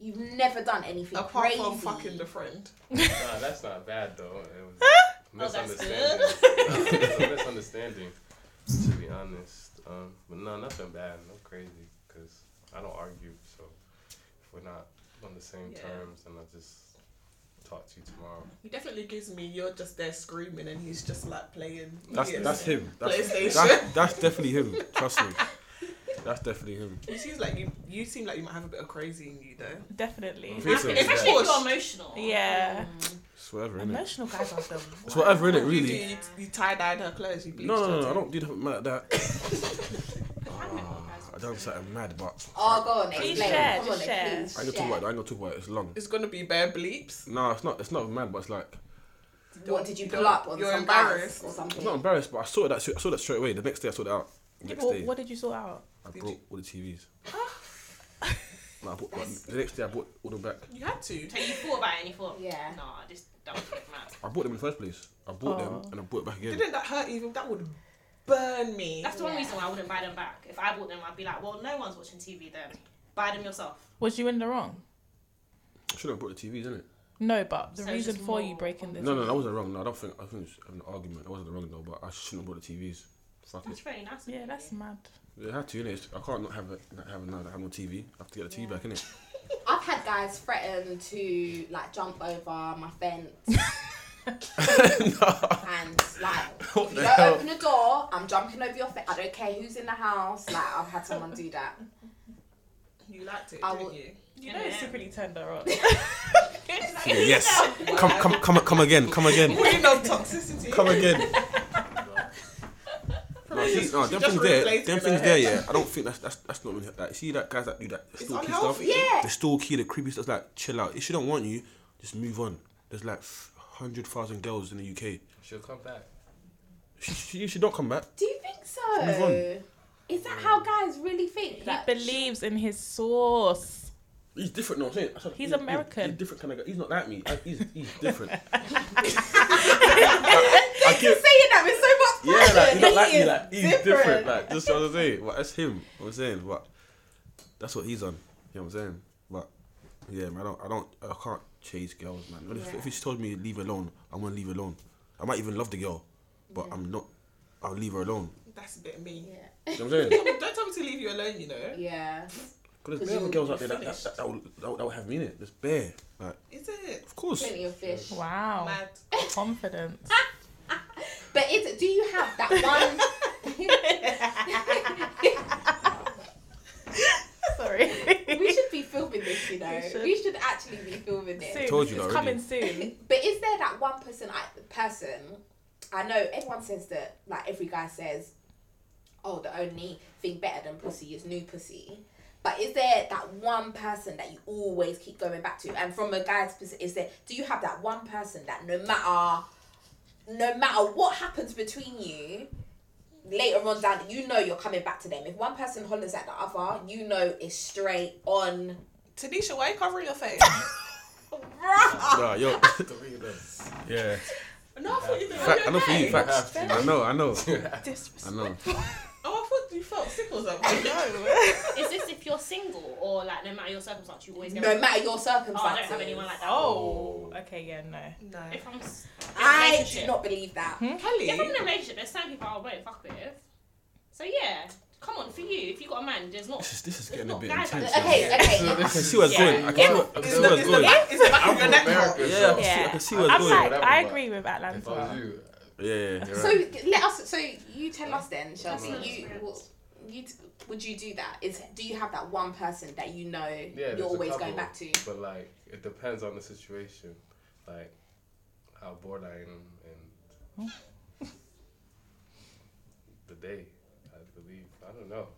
You've never done anything
Apart
crazy.
from fucking the friend.
Nah, that's not bad though. It was
that's
a
good.
misunderstanding. It was a misunderstanding, to be honest. Um, but no, nothing bad. No crazy, because I don't argue. So if we're not on the same
Yeah.
terms, then I'll just talk to you tomorrow.
He definitely gives me. You're just there screaming, and he's just like playing.
That's
Yes.
that's him. That's,
PlayStation.
that's that's definitely him. Trust me. That's definitely him.
You seem like you. You seem like you might have a bit of crazy in you, though.
Definitely.
Think so.
It's
Especially if
forced.
you're emotional.
Yeah.
It's whatever, innit?
Emotional guys are the
It's whatever, innit?
You, do-
Really.
you, you tie dyed her clothes. You bleached
No, no, no,
her
no, I
too.
don't do nothing mad like that.
I don't know, guys.
Oh, I done something mad, but
Oh, go on,
Please
explain.
share,
Come
just
on,
share.
please
I ain't gonna
share.
talk about it. I ain't gonna talk about it. It's long.
It's gonna be bare bleeps.
No, it's not. It's not mad, but it's like
What did you
You
pull
don't-
up on
you're
some guys
embarrassed.
or
I'm
something?
not embarrassed, but I saw that. I saw that straight away. The next day, I saw that out. The next
What,
day,
what did you sort out?
I
did
brought
you-
all the TVs. no, I bought, the next day I bought all them back.
You had to.
So you thought about it and you thought,
Yeah.
nah, this don't fit mad.
I bought them in the first place. I bought
Oh.
them and I bought it back again.
Didn't that hurt even? That would burn me.
That's the one
Yeah.
reason why I wouldn't buy them back. If I bought them, I'd be like, well, no one's watching TV then. Buy them yourself.
Was you in the wrong?
I should have bought the TVs, innit?
No, but the
So it's
reason
just
for you
more-
breaking this.
No, no, that wasn't wrong. No, I don't think. I think it's an argument. That wasn't wrong though, but I shouldn't have bought the TVs. Fuck it.
That's very nice. of
Yeah,
you.
that's mad.
They had to, innit? I can't not have it. Not have it now. that I have no TV. I have to get the TV back, innit?
I've had guys threaten to like jump over my fence
(laughs)
And like, if
What
you
the
don't
hell?
open the door, I'm jumping over your face. I don't care who's in the house. Like, I've had someone do that.
You liked it,
I
didn't
will-
you?
You know it's secretly tender on.
Yeah, yes. (laughs) Come,
(laughs)
come, come, come again. Come again.
Queen of toxicity.
Come again. No,
She
see, no,
just
them things there,
replaced
them
with
things
her
there,
head.
yeah. I don't think that's that's that's not really like see that guys that do that
It's
stalky stuff.
unhealthy.
Yeah.
The stalky, the creepy stuff. Like chill out. If she don't want you, just move on. There's like hundred thousand girls in the UK.
She'll come back.
She, she, she don't come back.
Do you think
Move
so?
on.
Is that how guys really think?
he
That (laughs)
believes in his source.
He's different, no, I'm saying. I said,
He's
he- he-
American.
He's different kind of guy. He's not like me. I- He's,
(laughs)
he's different. I, I
You're
get,
saying that with so much
yeah,
passion.
like he's not like
He
me.
is
Like he's different. Like just what I'm saying. But that's him. I'm saying. But that's what he's on. You know what I'm saying. But yeah, man. I don't. I don't. I can't chase girls, man. If-
Yeah.
If, she told me leave her alone, I'm gonna leave her alone. I might even love the girl, but I'm not. I'll leave her alone.
That's a bit mean.
yeah.
(laughs) You know what I'm saying?
Don't tell me to leave you alone, you know.
Yeah.
Because there's
You're
bare girls out there that that,
finished.
that, that, will, that, will, that will have me in it. There's bare. Like
Is it?
of course.
Plenty of fish.
Wow.
Mad.
Confidence.
But is, do you have that
(laughs)
(laughs) one?
(laughs) Sorry.
we should be filming this, you know.
We
We should,
should.
actually be filming this.
Soon.
Told you
it's
that
coming
already.
(laughs)
soon.
But is there that one person, I, person? I know everyone says that, like every guy says, "Oh, the only thing better than pussy is new pussy." But is there that one person that you always keep going back to? And from a guy's perspective, is there? Do you have that one person that no matter, no matter what happens between you, later on down, you know you're coming back to them. If one person hollers at the other, you know it's straight on.
Tanisha, why are you covering your face?
Nah, yo. (laughs) yeah.
(laughs) no, I thought you were
Fact, I know for
okay.
you. Facts.
have to.
I know. I (laughs) know. I
Disrespect.
know.
Oh, I thought you felt sick or something. (laughs)
Is this if you're single or like no matter your circumstance, you always get
No matter your
Oh, I don't
circumstances.
have anyone like that.
Oh. Okay. Yeah. No.
no.
If I'm s- in
I
a relationship-
do not believe that.
Hmm?
Kelly,
If I'm in a relationship, there's some people I won't fuck with. So yeah, come on, for you, if you got a man, there's not.
This is, this is getting a
not
bit
guys
intense.
like-
now.
Okay, okay.
I can see where it's
Yeah.
going. I can see where, I can
is
see
the,
where
is
it's
the
going.
(laughs) back, is the back
I'm
of your
from
neck hot?
America,
Yeah, I can
so
see, I can see where it's
I'm
going.
like,
Whatever,
I
but
agree with
if I was
Atlanta.
you,
yeah, yeah, yeah.
So let us. So you tell us then, Chelsea.
That's
You,
nice.
what- you t- would you do that? Is do you have that one person that you know
there's
you're
a
always
couple,
going back to?
But like, it depends on the situation, like how bored I am and the day. I believe I don't know,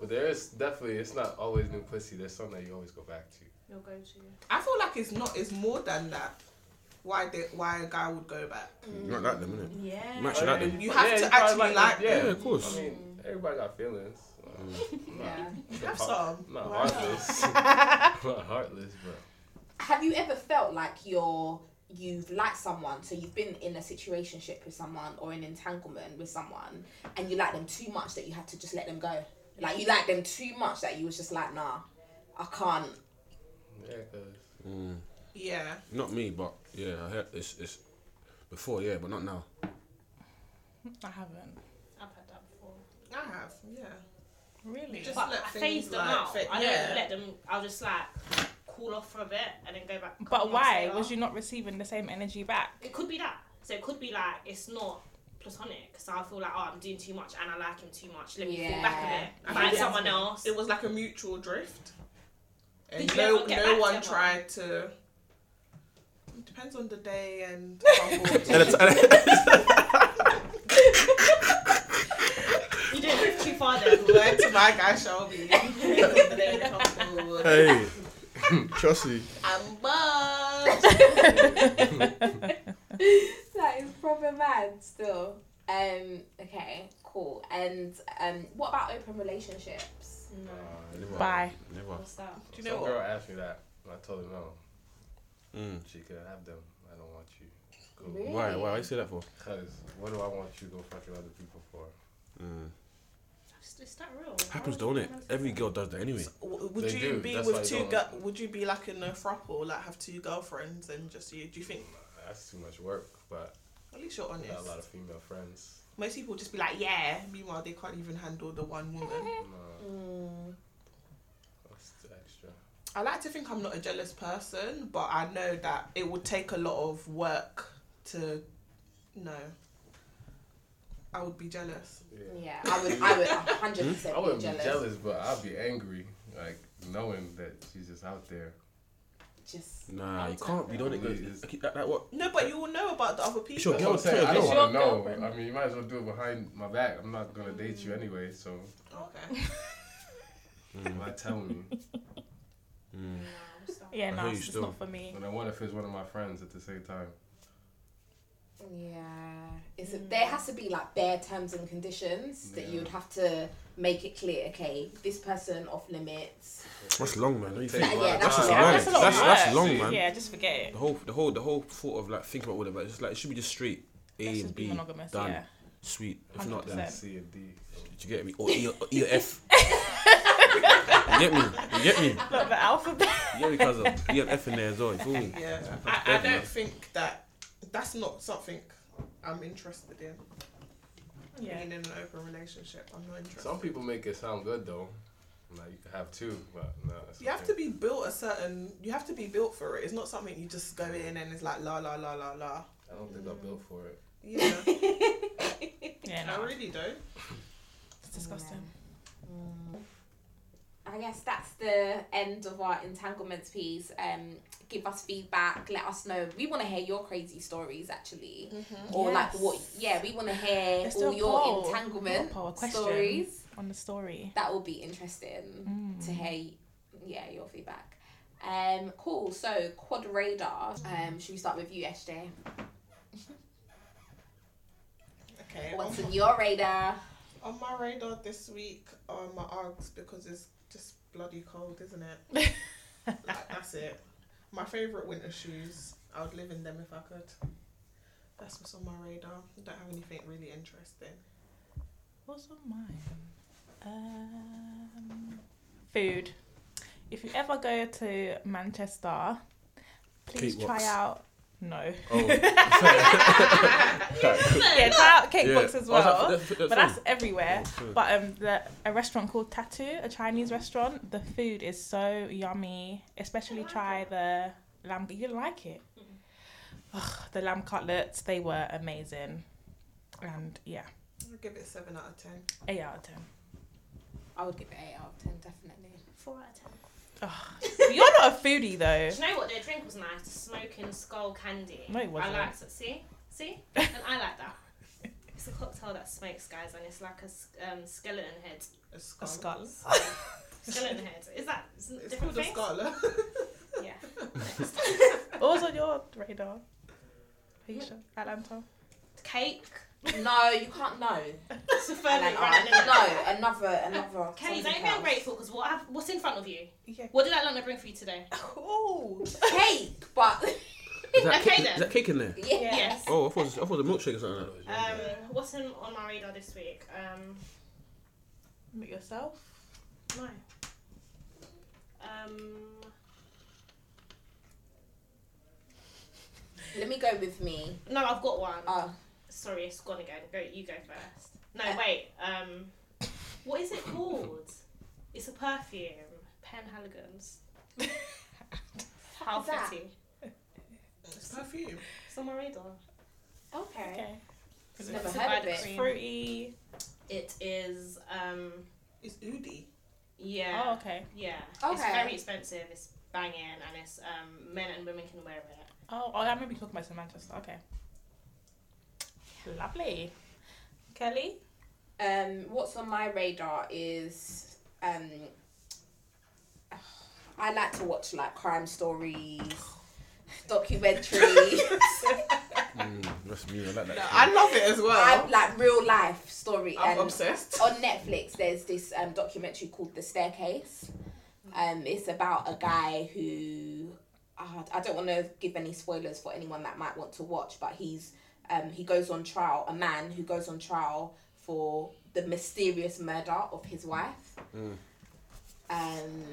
but there is definitely it's not always new pussy. There's something that you always go back to.
You'll go to.
I feel like it's not. It's more than that. Why they, why a guy would go back?
You don't like them, innit?
Yeah.
You actually like them.
You have to
probably
actually like
them. Yeah, of course.
I mean, everybody got feelings.
Yeah.
Have
heart-
some.
I'm not
Why not?
heartless. I'm not heartless, but
Have you ever felt like you're you've liked someone, so you've been in a situationship with someone or an entanglement with someone, and you like them too much that you had to just let them go? Like you like them too much that you was just like, nah, I can't.
yeah, cause
Yeah.
Not me, but yeah, I heard it's it's before, yeah, but not now.
I haven't.
I've had that before.
I have. Yeah.
Really?
Just
But
let
I
things
phase them
like
out.
fit-
I don't
yeah.
let them. I'll just like cool off for a bit and then go back. a couple months
But why
later.
was you not receiving the same energy back?
It could be that. So it could be like it's not platonic. So I feel like oh I'm doing too much and I like him too much. Let me fall
Yeah.
back a
I
bit. Find
think
someone else.
It was like a mutual drift, and
Did you
no
ever get
no
back
one
to her?
tried to. It depends on the day and.
(laughs)
how bored you
And it's- and it's-
You didn't drift too far
(laughs)
then.
Word to my guy
(laughs)
Shelby. I'm
(laughs) hey, Chelsea.
(laughs)
buzzed.
that is proper mad still. Um, okay, cool. And um, what about open relationships?
No.
Never,
Bye.
Never.
What's that?
Do you know
Some
what?
girl asked me that, and I told her no.
Mm.
She could have them. I don't want you. Go.
Really?
Why? Why? Why you say that for?
Cause what do I want you go fucking other people for?
Mm.
Is- Is that real?
Happens, don't it? Every girl does that anyway.
W- Would
They
you
do,
be
that's why
with
I
two?
don't
Gu-
like them.
would you be like in a throuple, like have two girlfriends and just you? Do you think?
That's too much work. But
At least you're
I
honest.
got a lot of female friends.
Most people just be like, yeah. Meanwhile, they can't even handle the one woman.
No,
Mm.
that's too extra.
I like to think I'm not a jealous person, but I know that it would take a lot of work to no. I would be jealous.
Yeah, I would, I would 100%
I
be
wouldn't
jealous.
be jealous, but I'd be angry, like knowing that she's just out there.
Just
Nah, you
Outside.
can't be doing it.
Yeah,
That,
it's-
that, that, what?
No, but you will know about the other people.
Sure,
That's what I'm
Girl, tell
saying. I
your
don't want to know.
girlfriend.
I mean, you might as well do it behind my back. I'm not gonna date you anyway, so
Okay.
why tell me?
Mm.
No, stop.
Yeah,
I
no,
hear you
it's
still.
not for me.
And I wonder if it's one of my friends at the same time.
yeah, it's a, there has to be like bare terms and conditions that
Yeah.
you would have to make it clear. Okay, this person off limits.
That's long, man. Don't you think?
Yeah, that's
just
a lot.
long.
That's a lot of
That's, that's
work.
long, man.
Yeah, just forget it.
The whole, the whole, the whole thought of like thinking about all of that. It's like it should be just straight A
Let's
and
just be
B.
monogamous.
done.
Yeah.
Sweet. If not, then
100%.
C and D. so-
do you get me? Or E or, e or F. you get me? You get me?
But the alphabet. (laughs)
You get me? Because you have F in there as well. You feel me?
Yeah.
(laughs)
I, I
Fair
don't
enough.
think that that's not something I'm interested in.
Yeah.
Being in an open relationship. I'm not interested.
Some people make it sound good though. Like you can have two, but no. It's
You have to be built a certain. You have to be built for it. It's not something you just go in and it's like la la la la la.
I don't think I'm built for it.
(laughs)
Yeah,
Yeah,
I
no,
really don't.
it's disgusting.
Mm. I guess that's the end of our entanglements piece. Um, give us feedback. Let us know. We want to hear your crazy stories, actually, or like
Yes.
what? Yeah, we want to hear
Let's do
all
a
your
poll.
entanglement
A poll, a question.
stories.
On the story.
That will be interesting
Mm.
to hear. Yeah, your feedback. Um, cool. So quad radar. Um, should we start with you, SJ?
Okay. On,
What's in your radar?
on my radar this week are my args because it's just bloody cold, isn't it?
(laughs)
like that's it. My favorite winter shoes. I would live in them if I could. That's what's on my radar. I don't have anything really interesting.
What's on mine? Um, food. If you ever go to Manchester, please
Cake
try
walks.
out. No.
Oh.
(laughs) yeah, try out (laughs) cake box as
Oh, is that-
well.
that's- that's
but
all?
that's everywhere.
Oh, okay.
But um, the, a restaurant called Tattoo, a Chinese restaurant. The food is so yummy. Especially try the lamb. You like it? Ugh, the lamb cutlets. They were amazing. And yeah,
I'll give it a seven out of ten.
eight out of ten.
I would give it eight out of ten, definitely.
Four out of ten.
You're not a foodie though.
Do you know what their drink was nice? Smoking skull candy.
No, it wasn't.
I liked it. See, see, and I like that. It's a cocktail that smokes, guys, and it's like a s- um, skeleton head.
A skull.
A (laughs) skull.
Skeleton head. Is that is it
It's
different
called a
thing?
scholar.
(laughs)
Yeah.
What was on your radar? Aisha, Atlanta.
Cake.
No, you can't know.
It's a
And
further
then
round.
I- no, another, another. something
Kelly, don't be
else.
ungrateful because what have, what's in front of you?
Yeah.
What did Atlanta bring for you today?
(laughs) Cool.
Cake, but (laughs)
Is that,
Okay
cake,
then.
is that cake in there?
yeah.
Yes.
Oh, I thought, it was, I thought it was a milkshake or something like that.
Um, what's in, on my radar this week? Um,
Make yourself.
no. Um,
Let me go with me.
no, I've got one.
Oh,
Sorry, it's gone again. Go, you go first. No,
Uh,
wait. Um, what
(laughs)
is it called? It's a perfume.
(laughs)
Penhaligans. How
is that?
pretty.
(laughs) It's perfume.
It's on my radar.
okay.
Okay.
Never
It's
heard of
by the
it.
cream.
Fruity.
It is. Um,
It's Udi.
yeah.
Oh, okay.
Yeah. It's
Okay.
very expensive. It's banging, and it's um, men and women can wear it.
Oh, oh, that made me talk about some Manchester. Okay. Lovely. Kelly?
Um, what's on my radar is um, (sighs) I like to watch like crime (sighs) stories, documentaries,
Mm, that's me. I like that.
I love it as
I,
(laughs) well.
like real life story.
I'm
and
obsessed.
on Netflix, there's this um, documentary called The Staircase. Um, it's about a guy who uh, I don't want to give any spoilers for anyone that might want to watch, but he's um, he goes on trial, a man who goes on trial for the mysterious murder of his wife,
Mm.
um,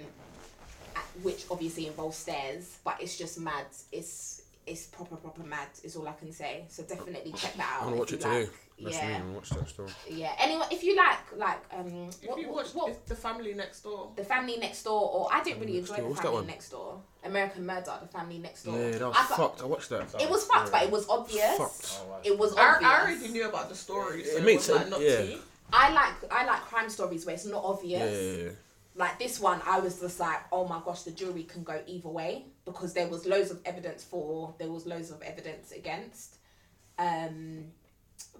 a- which obviously involves stairs, but it's just mad. It's it's proper proper mad. Is all I can say. So definitely check that out.
I'm gonna
if
watch
you
it today.
like.
That's me.
Yeah,
I'm gonna watch that still.
yeah. Anyway, if you like, like, um,
If
what,
you
what,
watch
what,
The Family Next Door,
the Family Next Door, or I didn't really
Next
enjoy
Door,
the
what's that
Family
one?
Next Door, American Murder, the Family Next Door.
Yeah, that was
I thought-
fucked. I watched that.
It was fucked, but it was obvious.
Fucked.
It was
I,
obvious.
I already knew about the story. So
It makes
was, like,
sense,
Not
yeah.
tea.
I like I like crime stories where it's not
Yeah,
obvious.
yeah, yeah.
Like this one, I was just like, oh my gosh, the jury can go either way because there was loads of evidence for, there was loads of evidence against. Um,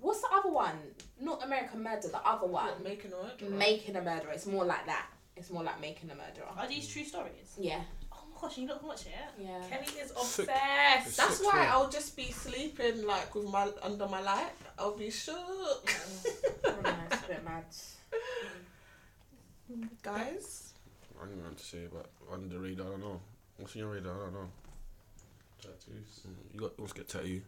what's the other one? Not American Murder, the other one,
What, making a murderer?
Making a Murderer. It's more like that. It's more like Making a Murderer.
Are these true stories?
Yeah,
Oh my gosh, you not watch it?
yeah.
Kelly is
Sick.
obsessed.
It's-
That's
Six
why
months.
I'll just be sleeping like with my under my light. I'll be shook,
I (laughs) don't know, it's a bit mad.
guys.
I don't know what to say, but under the radar, I don't know. What's on your radar? I don't know. Mm,
Tattoos.
You got you want to get tattoo.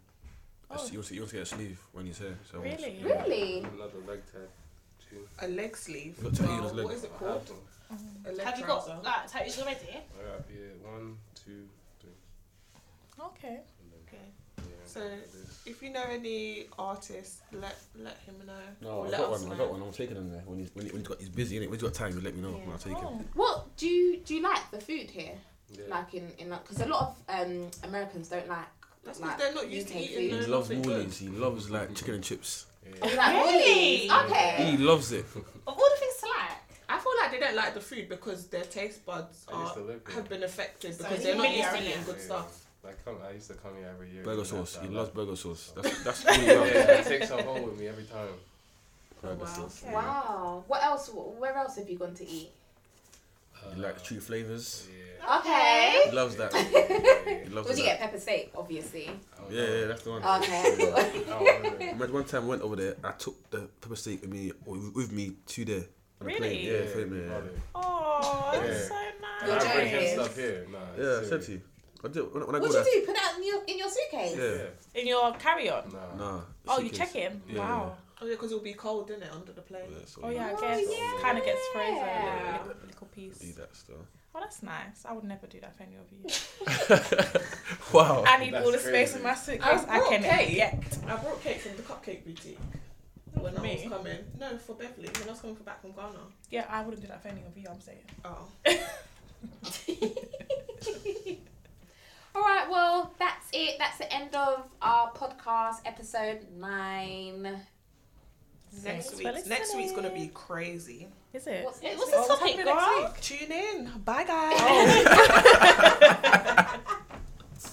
Oh.
You want to you want to get a sleeve when he's here. So
Really?
You got-
Really?
Another leg tattoo.
A leg sleeve.
Look, tell you
Well,
his leg.
What is it
I
called?
have one.
A leg
Have you
trouser.
got like tattoos already?
I got yeah, one, two, three.
Okay.
And then,
Okay.
yeah,
So-
this.
If you know any artists, let let him know.
No,
Or
I
let
got
us
one. I
know.
got one. I'm taking him there when he's when, he, when he's got he's busy. Innit? When he's got time, you let me know. and I'll take him.
Oh.
What do you do you like the food here?
Yeah.
Like in in because a lot of um Americans don't like.
That's because
like
they're not used to
UK
eating.
food.
He
No,
loves
nothing
mornings. He loves like chicken and chips.
Oh,
Yeah.
you like
Really?
Woolies? Okay.
He loves it.
Of all the things to like,
I feel like they don't like the food because their taste buds
I used
are,
to live there.
have been affected
So
because
it's
they're not used
familiar,
to
isn't
eating
it?
good
Yeah.
stuff.
Like, come, I used to come here every year.
Burger
and
sauce.
that's
He
how
loves
I-
burger sauce. That's that's all (laughs) he loves.
Yeah, I take some home with me every time.
Burger
wow.
sauce.
Okay.
Yeah.
Wow. What else? Where else have you gone to eat?
He likes true flavors.
Uh, Yeah.
Okay.
He loves that.
yeah.
He loves
Would you get
that.
pepper steak? Obviously.
Yeah, yeah, that's the
(laughs)
one. (laughs)
Okay.
I don't know.
I remember one time I went over there. I took the pepper steak with me or with me to there. On the
Really?
plane. Yeah, for him, yeah.
Love it.
Oh, that's
Yeah.
so
And
You're
nice.
I bring
joking.
him stuff here. Nah,
Yeah, I said
it's serious.
to you. I did, when, I- when I
What'd
go there.
you do? Put that in your in your suitcase?
Yeah.
In your carry-on.
Nah.
Nah.
Oh, you
suitcase.
check him.
Yeah.
Wow.
Oh yeah, because it'll be cold, in it, under the plane.
Yeah, so
Oh
you
yeah, I
Oh,
guess
yeah.
kind of gets frozen.
Yeah.
Little, little piece.
Do that still.
Oh, that's nice. I would never do that for any of
(laughs)
you.
wow.
I need
That's
all the space
crazy.
in my suitcase I
brought
can
cake.
get.
I brought cake from the Cupcake Boutique when I was
Me?
coming. No, for Beverly. When I was coming for back from Ghana.
(laughs) Yeah, I wouldn't do that for any of you. I'm saying. (laughs)
Oh.
All right, well, that's it. That's the end of our podcast, episode nine.
Next
Thanks for
week. Next week's gonna be
listening.
crazy.
Is Oh. it?
What's
Hey,
next
what's
week?
(laughs)
this topic, girl?
(laughs)
Tune in. Bye guys.
Oh.